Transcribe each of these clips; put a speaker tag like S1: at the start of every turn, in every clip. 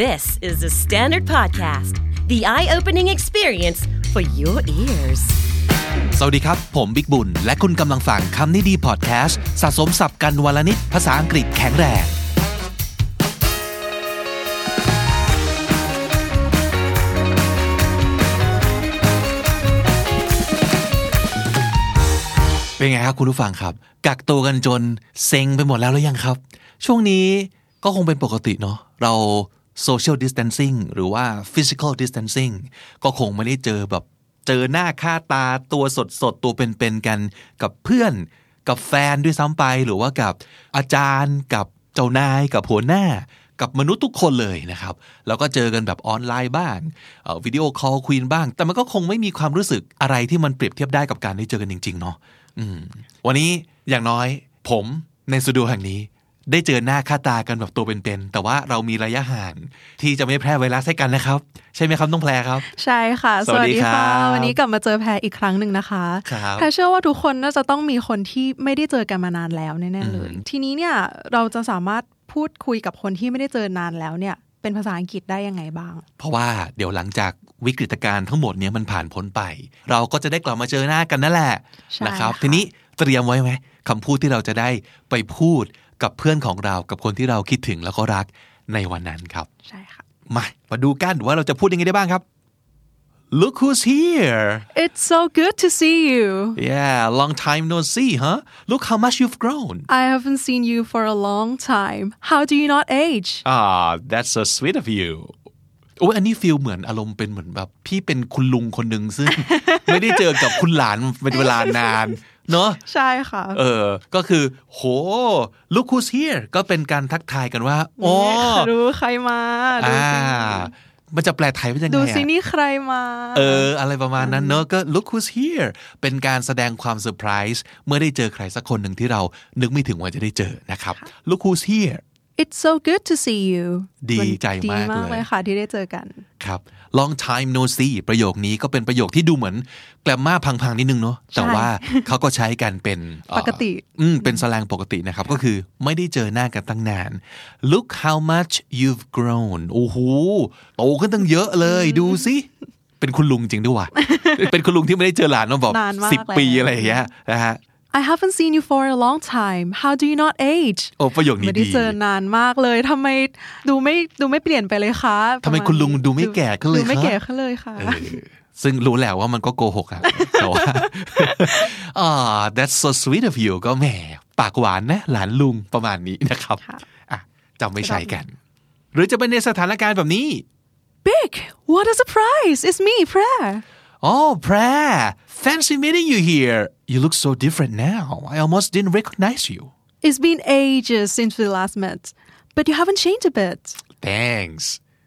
S1: This is the Standard Podcast, the eye opening experience for your ears.
S2: สวัสดีครับ ผมบิ๊กบุญ และคุณกำลังฟังคำนี้ดีพอดแคสต์สะสมสับกันวลนิดภาษาอังกฤษแข็งแรง เป็นไงครับคุณผู้ฟังครับ กักตัวกันจนเซ็งไปหมดแล้วหรือยังครับ ช่วงนี้ก็คงเป็นปกติเนาะเรา social distancing หรือว่า physical distancing ก็คงไม่ได้เจอแบบเจอหน้าค่าตาตัวสดสดๆตัวเป็นๆกันกับเพื่อนกับแฟนด้วยซ้ำไป หรือว่ากับอาจารย์กับเจ้านายกับหัวหน้า กับมนุษย์ทุกคนเลยนะครับ แล้วก็เจอกันแบบออนไลน์บ้างวิดีโอคอลคุยบ้าง แต่มันก็คงไม่มีความรู้สึกอะไรที่มันเปรียบเทียบได้กับการได้เจอกันจริง ๆ เนาะอืมวันนี้อย่างน้อยผมในสตูดิโอแห่งนี้ ได้เจอหน้าค่าตากันแบบตัวเป็นๆแต่ว่าเรามีระยะห่างที่จะไม่แพร่ไวรัสให้กันนะครับ ใช่ไหมครับน้องแพรครับ
S3: ใช่ค่ะ
S2: สวัสดีครับ
S3: วันนี้กลับมาเจอแพรอีกครั้งหนึ่งนะคะ
S2: ครับ
S3: แพรเชื่อว่าทุกคนน่าจะต้องมีคนที่ไม่ได้เจอกันมานานแล้วแน่ๆเลย
S2: อืม
S3: ทีนี้เนี่ยเราจะสามารถพูดคุยกับคนที่ไม่ได้เจอนานแล้วเนี่ย เป็นภาษาอังกฤษได้ยังไงบ้าง
S2: เพราะว่าเดี๋ยวหลังจากวิกฤตการณ์ทั้งหมดเนี้ยมันผ่านพ้นไป เราก็จะได้กลับมาเจอหน้ากันนั่นแหละ
S3: ใช่
S2: นะครับ
S3: ค่ะ
S2: ทีนี้เตรียมไว้ไหมคำพูดที่เราจะได้ไปพูดกับเพื่อนของเรากับคนที่เราคิดถึงแล้วก็รักในวันนั้นครับ
S3: ใช่ค่ะ
S2: มามาดูกันว่าเราจะพูดยังไงได้บ้างครับ Look who's here
S3: It's so good to see you
S2: yeah long time no see huh look how much you've grown
S3: I haven't seen you for a long time How do you not age
S2: ah that's so sweet of you โอ้ยอันนี้ฟิลเหมือนอารมณ์เป็นเหมือนแบบพี่เป็นคุณลุงคนหนึ่งซึ่ง ไม่ได้เจอกับคุณหลานเป็นเวลานาน เนอะ
S3: ใช่ค่ะ
S2: เออ ก็คือ โห look who's here ก็เป็นการทักทายกันว่า โอ้
S3: ดูใครมา ดู
S2: อ่า
S3: สิ
S2: มันจะแปลไทยว่ายังไง
S3: ดู
S2: อะ
S3: สินี่ใครมา
S2: เออ อะไรประมาณนั้นเนอะก็ look who's here เป็นการแสดงความเซอร์ไพรส์เมื่อได้เจอใครสักคนหนึ่งที่เรานึกไม่ถึงว่าจะได้เจอนะครับ look who's here
S3: It's so good to see you
S2: ดีใจ
S3: ดี
S2: มาก
S3: มาก
S2: เล
S3: เลย
S2: ย
S3: ค่ะที่ได้เจอกัน
S2: ครับ long time no see ประโยคนี้ก็เป็นประโยคที่ดูเหมือนแกลมมาพังๆนิดนึงเนาะแต่ว่าเขาก็ใช้กันเป็นเอ่อ
S3: ปกติ
S2: อืมเป็นสแลงปกตินะครับ ก็คือไม่ได้เจอหน้ากันตั้งนาน look how much you've grown โอ้โหโตขึ้นตั้งเยอะเลยดูสิ เป็นคุณลุงจริง ด้วยว่ะ เป็นคุณลุงที่ไม่ได้เจอหลานมาบอก
S3: นานมาก
S2: สิบ
S3: แล้ว
S2: ปีอะไรอย่างเงี้ยนะฮะ
S3: I haven't seen you for a long time How do you not age
S2: โอ้ประโยคนี้
S3: ไม่ได้
S2: ดี
S3: เจอนานมากเลยทำไมดูไม่ดูไม่เปลี่ยนไปเลยคะ
S2: ทำไม
S3: ประาณ
S2: คุณลุงดูไม่แก่ขึ้นเลย
S3: ดูไม่
S2: คะ
S3: แก่ขึ้นเลยค่ะ
S2: เออซึ่งรู้แหละว่ามันก็โกหกอะ แต่ว่า อ่า that's so sweet of you ก็แหมปากหวานนะ หลานลุงประมาณนี้นะครับ
S3: ค่ะ
S2: อ่ะจำไม่ใช่กัน หรือจะเป็นในสถานการณ์แบบนี้
S3: Big what a surprise it's me prayer
S2: Oh, Prayer, fancy meeting you here. You look so different now. I almost didn't recognize you.
S3: it's been ages since we last met but you haven't changed a bit
S2: Thanks.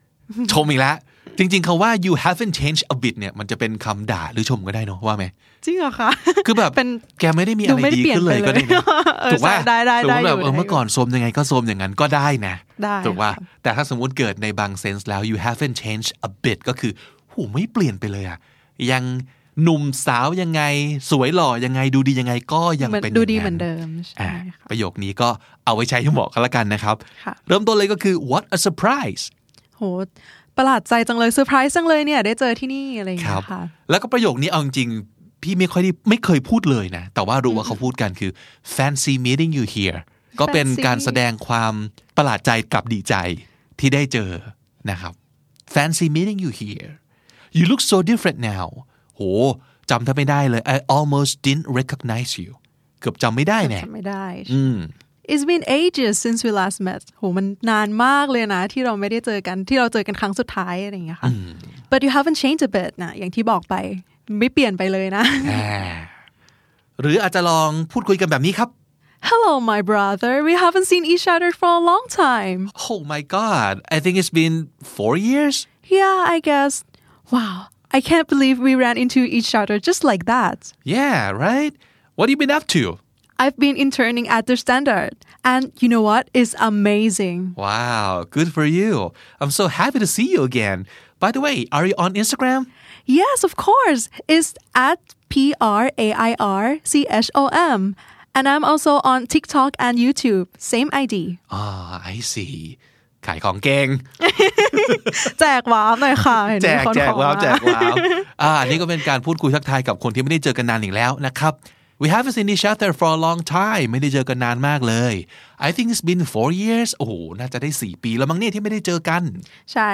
S2: ชมอีกแล้ว จริงๆคาว่า you haven't changed a bit เนี่ย มันจะเป็นคำด่าหรือชมก็ได้เนอะว่าไหม
S3: จริงเหรอคะ
S2: คือแบบ
S3: เป็น
S2: แกไม่ได้มีอะไร
S3: ดูไม่ได้
S2: ดี
S3: เปลี่ยน
S2: ขึ้นเลย
S3: ไป
S2: ก็
S3: เลย
S2: ได้นะ
S3: เออ
S2: ถูกว่า
S3: ใช่ได้ได้
S2: สมมติแบบ
S3: ได้อยู่
S2: เออเมื่อก่อนโซมยังไงก็โซมอย่างนั้นก็ได้นะ
S3: ได้
S2: ถูกว่า
S3: ค่ะ
S2: แต่ถ้าสมมติเกิดในบางเซนส์แล้ว you haven't changed a bit ก็คือหูไม่เปลี่ยนไปเลยอะยังหนุ่มสาวยังไง สวยหล่อยังไงดูดียังไงก็ยัง
S3: เหมือน
S2: เป็น
S3: ดู
S2: ย่าง
S3: ดีเหมือนเดิม
S2: อ่า
S3: ใช่ค่ะ
S2: ประโยคนี้ก็เอาไว้ใช้ให้เหมาะกันละกันนะครับ
S3: ค่ะ
S2: เริ่มต้นเลยก็คือ what a surprise
S3: โหประหลาดใจจังเลยเซอร์ไพรส์จังเลยเนี่ยได้เจอที่นี่อะไรอย่าง
S2: ค
S3: เงี้
S2: รับ
S3: ยค่ะ
S2: แล้วก็ประโยคนี้เอาจริงๆพี่ไม่ค่อยได้ไม่เคยพูดเลยนะ แต่ว่ารู้ว่าเขาพูดกันคือ fancy meeting you here ก็เป็น
S3: Fancy
S2: การแสดงความประหลาดใจกับดีใจที่ได้เจอนะครับ fancy meeting you here you look so different now โหจำถ้าไม่ได้เลย I almost didn't recognize you เกือบจำไม่ได้แน่
S3: จำไม่ได้
S2: อืม
S3: It's been ages since we last met โหมันนานมากเลยนะ ที่เราไม่ได้เจอกันที่เราเจอกันครั้งสุดท้ายอะไรอย่างเงี้ยค่ะ But you haven't changed a bit นะอย่างที่บอกไป ไม่เปลี่ยนไปเลยนะ
S2: อ่าหรืออาจจะลองพูดคุยกันแบบนี้ครับ
S3: Hello my brother we haven't seen each other for a long time
S2: Oh my god I think it's been four years
S3: Yeah I guess Wow I can't believe we ran into each other just like that
S2: yeah right what have you been up to
S3: I've been interning at the standard and you know what is amazing
S2: Wow, good for you. I'm so happy to see you again. By the way, are you on Instagram?
S3: Yes, of course. It's at P R A I R C H O M. And I'm also on TikTok and YouTube. Same ID.
S2: Ah, I see. ขายของเก่ง
S3: แจกวาร์ปหน่อยค่ะ เห็น
S2: แจ
S3: มี
S2: ก
S3: คน
S2: แจก
S3: ขอ
S2: ว้าว
S3: ม
S2: แจกว้ าวอ่านี่ก็เป็นการพูดคุยทักทายกับคนที่ไม่ได้เจอกันนานอีกแล้วนะครับ we haven't seen each other for a long time ไม่ได้เจอกันนานมากเลย I think it's been four years โอ้โหน่าจะได้สี่ปีแล้วมั้งเนี่ยที่ไม่ได้เจอกัน
S3: ใช่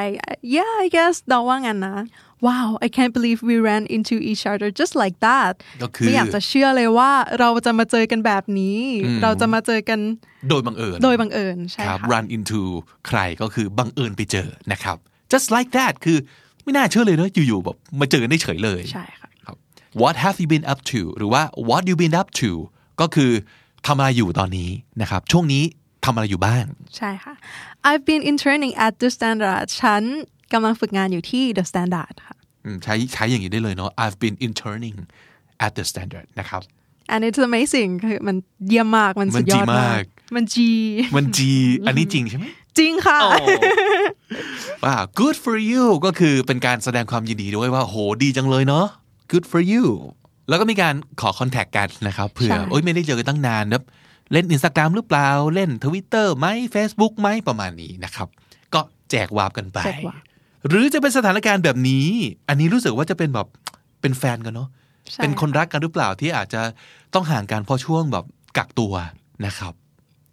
S3: yeah I guess เดาว่างั้นนะ wow I can't believe we ran into each other just like that
S2: ก็คือ
S3: ไม่อยากจะเชื่อเลยว่าเราจะมาเจอกันแบบนี้ เราจะมาเจอกัน
S2: โดยบังเอิญ
S3: โดยบังเอิญใช่
S2: ครับ
S3: ค่ะ
S2: run into ใครก็คือบังเอิญไปเจอนะครับ just like that คือไม่น่าเชื่อเลยเนอะอยู่ๆแบบมาเจอกันได้เฉยเลย
S3: ใช่ค่ะ
S2: ครับ What have you been up to หรือว่า What you been up to ก็คือทำอะไรอยู่ตอนนี้นะครับ ช่วงนี้ทำอะไรอยู่บ้าง
S3: ใช่ค่ะ I've been interning at the Standard ฉันกำลังฝึกงานอยู่ที่ the Standard ค่ะ
S2: อืมใช้ใช้อย่างนี้ได้เลยเนาะ I've been interning at the standard นะครับ
S3: and it's amazing คือมันเยี่ยมมาก มันสุดยอด
S2: มัน
S3: มาม
S2: จีาก ก
S3: มันจี
S2: มันจีอันนี้จริงใช่ไหม
S3: จริงค่ะ
S2: ว่า good for you ก็คือเป็นการแสดงความยินดีด้วยว่าโหดีจังเลยเนาะ good for you แล้วก็มีการขอคอนแทคกันนะครับเผื่อ
S3: ใช่
S2: โอ๊ยไม่ได้เจอกันตั้งนานนะเล่นอินสตาแกรมหรือเปล่า เล่นทวิตเตอร์ไหม Facebook ไหมประมาณนี้นะครับ ก็แจกวาบกันไป
S3: แจกวาบ
S2: หรือจะเป็นสถานการณ์แบบนี้ อันนี้รู้สึกว่าจะเป็นแบบเป็นแฟนกันเนาะ
S3: ใช่
S2: เป็นคนรักกันหรือเปล่าที่อาจจะต้องห่างกันเพราะช่วงแบบกักตัวนะครับ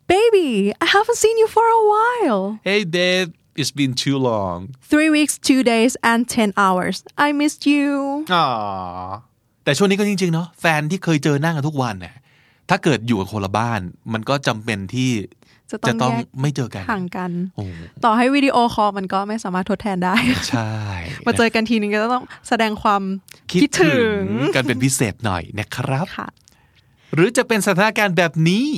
S3: baby I haven't seen you for a while
S2: Hey babe it's been too long
S3: three weeks two days and ten hours I missed you
S2: อ๋อแต่ช่วงนี้ก็จริงๆเนาะแฟนที่เคยเจอหน้ากันทุกวันเนี่ยถ้าเกิดอยู่กับคนละบ้าน มันก็จำเป็นที่
S3: จะ
S2: จะ
S3: ต้
S2: ต้
S3: อ
S2: อง ง
S3: แยก
S2: ไม่เจอกัน
S3: ห่างกัน
S2: โอ้
S3: ต่อให้วิดีโอคอลมันก็ไม่สามารถทดแทนได้
S2: ใช่
S3: มาเจอกันทีนึงก็ต้องแสดงความคิดถึง
S2: กันเป็นพิเศษหน่อยนะครับ
S3: ค่ะ
S2: หรือจะเป็นสถานการณ์แบบนี้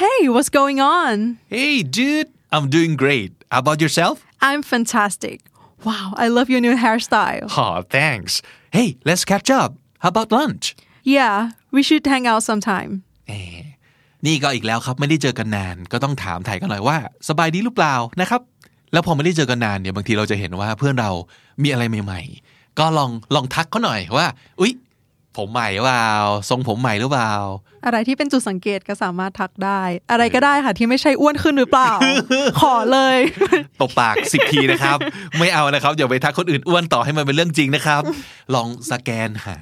S3: Hey what's going on
S2: Hey dude I'm doing great How about yourself
S3: I'm fantastic Wow I love your new hairstyle
S2: Oh thanks Hey let's catch up How about lunch
S3: Yeah we should hang out sometime
S2: แหมนี่ก็อีกแล้วครับไม่ได้เจอกันนาน ก็ต้องถามไทยกันหน่อยว่า สบายดีหรือเปล่านะครับ แล้วพอไม่ได้เจอกันนานเนี่ยบางทีเราจะเห็นว่าเพื่อนเรามีอะไรใหม่ ๆ ก็ลองลองทักเขาหน่อยว่า อุ๊ย ผมใหม่หรือเปล่าทรงผมใหม่หรือเปล่า
S3: อะไรที่เป็นจุดสังเกตก็สามารถทักได้ อะไรก็ได้ค่ะที่ไม่ใช่อ้วนขึ้นหรือเปล่า ขอเลย
S2: ตบปากสิบทีนะครับ ไม่เอานะครับอย่าไปทักคนอื่นอ้วนต่อให้มันเป็นเรื่องจริงนะครับ ลองสแกนหา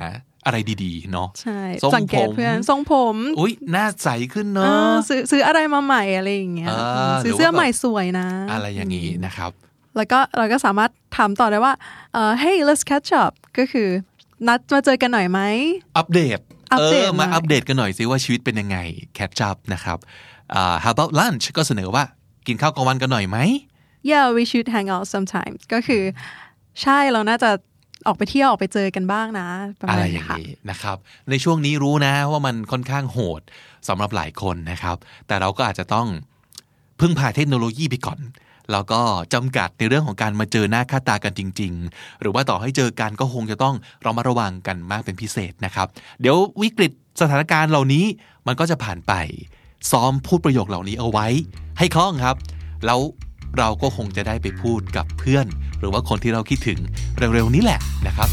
S2: อะไรดีๆเนาะ
S3: ใช่
S2: ทรง
S3: สังเก
S2: ผ
S3: ต
S2: ม
S3: เพื่อนทรงผม
S2: อุ๊ยหน้าใสขึ้น
S3: เอ
S2: เนาะ
S3: อซื้อซื้ออะไรมาใหม่อะไรอย่างเงี้ย
S2: อ่า
S3: อืมซื้อ
S2: หรือว่า
S3: เสื้อใหม่สวยนะ
S2: อะไรอย่างนี้นะครับ
S3: แล้วก็เราก็สามารถถามต่อได้ว่าเอ่อ hey let's catch up ก็คือ นัดมาเจอกันหน่อยไหม
S2: อัปเดต
S3: อัป
S2: เอ
S3: เดต
S2: อ
S3: หน่อย
S2: มาอัปเดตกันหน่อยสิว่าชีวิตเป็นยังไง แคปจับนะครับอ่า how about lunch ก็เสนอว่ากินข้าวกลางวันกันหน่อยไหม
S3: yeah we should hang out sometime ก็คือ ใช่เราน่าจะออกไปเที่ยวออกไปเจอกันบ้างนะ ประ
S2: อะ
S3: มาณ
S2: ไรอ
S3: นี้
S2: ย่าง
S3: ค่ะ
S2: นี้นะครับ ในช่วงนี้รู้นะว่ามันค่อนข้างโหดสำหรับหลายคนนะครับ แต่เราก็อาจจะต้องพึ่งพาเทคโนโลยีไปก่อน แล้วก็จำกัดในเรื่องของการมาเจอหน้าค่าตากันจริง ๆ หรือว่าต่อให้เจอกันก็คงจะต้องเรามาระวังกันมากเป็นพิเศษนะครับ เดี๋ยววิกฤตสถานการณ์เหล่านี้มันก็จะผ่านไป ซ้อมพูดประโยคเหล่านี้เอาไว้ ให้คล่องครับ แล้วเราก็คงจะได้ไปพูดกับเพื่อน หรือว่าคนที่เราคิดถึงเร็วๆนี้แหละนะครับ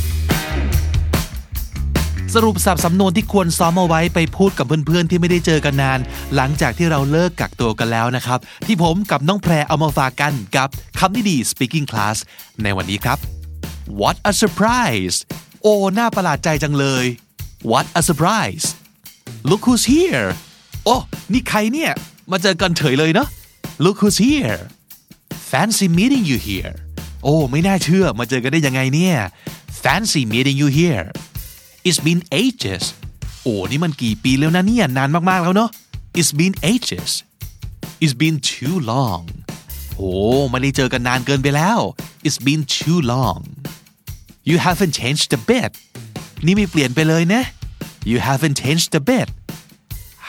S2: สรุปสับสำนวนที่ควรซ้อมเอาไว้ไปพูดกับเพื่อนๆ ที่ไม่ได้เจอกันนาน หลังจากที่เราเลิกกักตัวกันแล้วนะครับ ที่ผมกับน้องแพรเอามาฝากกันกับคำนิดี Speaking Class ในวันนี้ครับ What a surprise โอ้น่าประหลาดใจจังเลย What a surprise Look who's here โอ้นี่ใครเนี่ย มาเจอกันเฉยเลยเนาะ Look who's here Fancy meeting you here โอ้ไม่น่าเชื่อมาเจอกันได้ยังไงเนี่ย Fancy meeting you here It's been ages โอ้นี่มันกี่ปีแล้วนะเนี่ยนานมาก ๆ แล้วเนาะ It's been ages It's been too long โอ้ไม่ได้เจอกันนานเกินไปแล้ว It's been too long You haven't changed a bit นี่ไม่เปลี่ยนไปเลยนะ You haven't changed a bit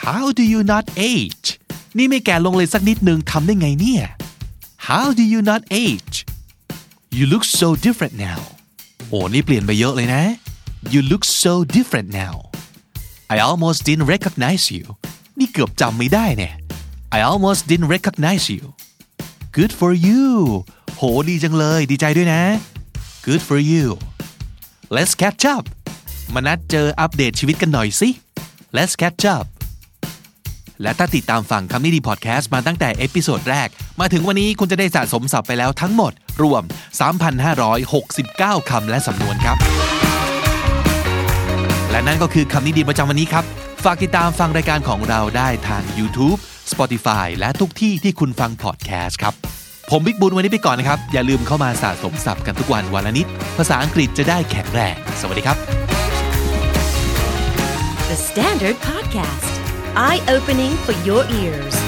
S2: How do you not age นี่ไม่แก่ลงเลยสักนิดนึงทำได้ไงเนี่ย How do you not age You look so different now โอ้นี่เปลี่ยนไปเยอะเลยนะ You look so different now I almost didn't recognize you นี่เกือบจำไม่ได้เนี่ย I almost didn't recognize you Good for you โหดีจังเลย ดีใจด้วยนะ Good for you Let's catch up มานัดเจออัปเดตชีวิตกันหน่อยสิ Let's catch up และถ้าติดตามฟังคำนี้ดีพอดแคสต์มาตั้งแต่เอพิโซดแรก มาถึงวันนี้คุณจะได้สะสมศัพท์ไปแล้วทั้งหมด รวม 3,569 คำและสำนวนครับ และนั่นก็คือคำนี้ดีประจำวันนี้ครับ ฝากติดตามฟังรายการของเราได้ทาง YouTube Spotify และทุกที่ที่คุณฟังพอดแคสต์ครับ ผมบิ๊กบุญวันนี้ไปก่อนนะครับ อย่าลืมเข้ามาสะสมศัพท์กันทุกวันวันละนิด ภาษาอังกฤษจะได้แข็งแรง สวัสดีครับ
S1: The Standard Podcast, eye opening for your ears.